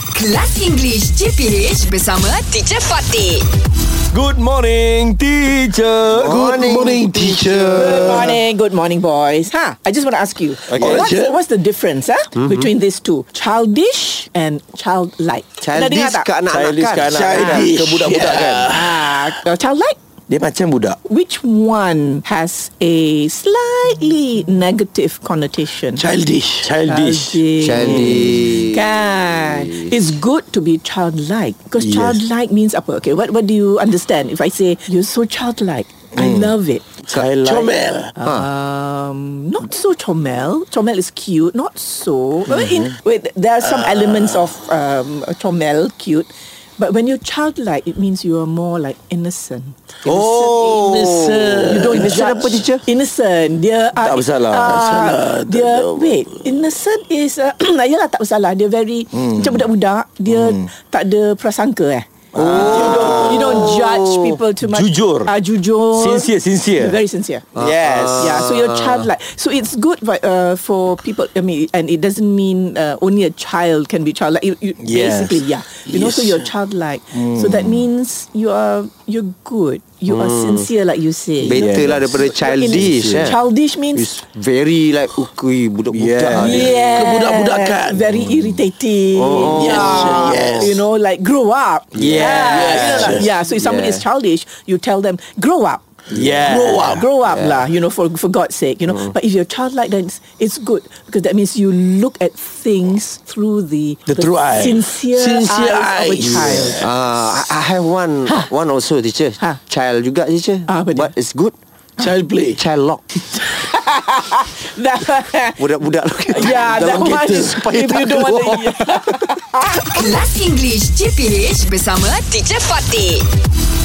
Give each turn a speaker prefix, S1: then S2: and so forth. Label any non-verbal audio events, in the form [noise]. S1: Kelas English JPH bersama Teacher Fatih.
S2: Good morning, teacher.
S3: Morning, teacher.
S4: Good
S3: Uh,
S4: morning, good morning, boys. Huh? I just want to ask you, what's,
S3: Sure.
S4: what's the difference huh,
S3: Mm-hmm.
S4: between these two, childish and childlike? Pernah
S3: Childish
S4: dengar tak?
S3: ke anak-anak kan?
S2: Childish ke anak-anak,
S3: Childish Ya.
S2: ke budak-budak kan?
S4: Ah, uh, childlike.
S3: Dia macam budak
S4: Which one has a slightly negative connotation?
S3: Childish
S2: Childish.
S3: Childish.
S4: Kan It's good to be childlike Because
S3: Yes.
S4: childlike means apa Okay what, what do you understand If I say You're so childlike I
S3: Mm.
S4: love it
S2: Childlike.
S3: Comel
S4: Ah, Um, not so Chomel. Chomel is cute. Not so. I mean,
S2: Mm-hmm.
S4: wait, there are some elements of um, Chomel cute, but when you're childlike, it means you are more like innocent.
S3: Oh
S4: Innocent. You don't
S3: Innocent
S4: judge.
S3: apa, teacher?
S4: Innocent. Dia
S2: Tak bersalah.
S4: ah,
S2: Tak
S4: Dia wait. Innocent is uh, [clears throat] yalah tak bersalah. Dia very
S2: Hmm.
S4: macam budak-budak. Dia tak ada prasangka eh. Oh. You don't, you don't judge people too much.
S2: Ah. Jujur.
S4: Ah, jujur.
S2: Sincere, sincere.
S4: You're very sincere.
S3: Uh,
S2: Yes.
S4: Yeah, so your child like so it's good but, uh, for people. I mean, and it doesn't mean uh, only a child can be childlike. You, you,
S2: Yes.
S4: Basically, yeah. You know,
S3: Yes.
S4: so
S3: Mm.
S4: you're childlike. So that means you are you're good. You are sincere, like you say. you
S3: Mm. Better
S4: know?
S3: lah daripada
S4: So you're innocent.
S3: childish, eh.
S4: Childish means.
S3: It's very like Ukui budak-budak
S2: Yeah.
S3: ni.
S4: Yes.
S3: uh, Kebudak-budakan Mm.
S4: Very irritating.
S3: Oh,
S4: yeah.
S3: yes.
S4: You know, like grow up.
S2: Yes.
S4: Yeah. You know, like-
S2: Yes.
S4: yeah. So if somebody
S2: Yeah.
S4: is childish, you tell them grow up.
S3: Eh,
S2: Yeah.
S4: Grow up. Grow up lah, you know, for for God's sake, you know. But if you're childlike then it's, it's good because that means you look at things through the
S2: The true eye.
S4: Sincere,
S3: Sincere
S4: eyes, of a
S3: eyes.
S4: child. [laughs]
S3: Ah, I I have one One also teacher
S4: Ha.
S3: Child juga teacher
S4: Ah, apa dia?
S3: But it's good Child play Child lock
S4: That-
S3: Budak-budak lock
S4: yeah, Ya, that
S3: Dalam
S4: one
S3: kereta
S4: is,
S3: Supaya
S4: if
S3: tak
S4: you don't
S3: keluar
S4: want to
S1: Kelas English JPH bersama Teacher Fatih.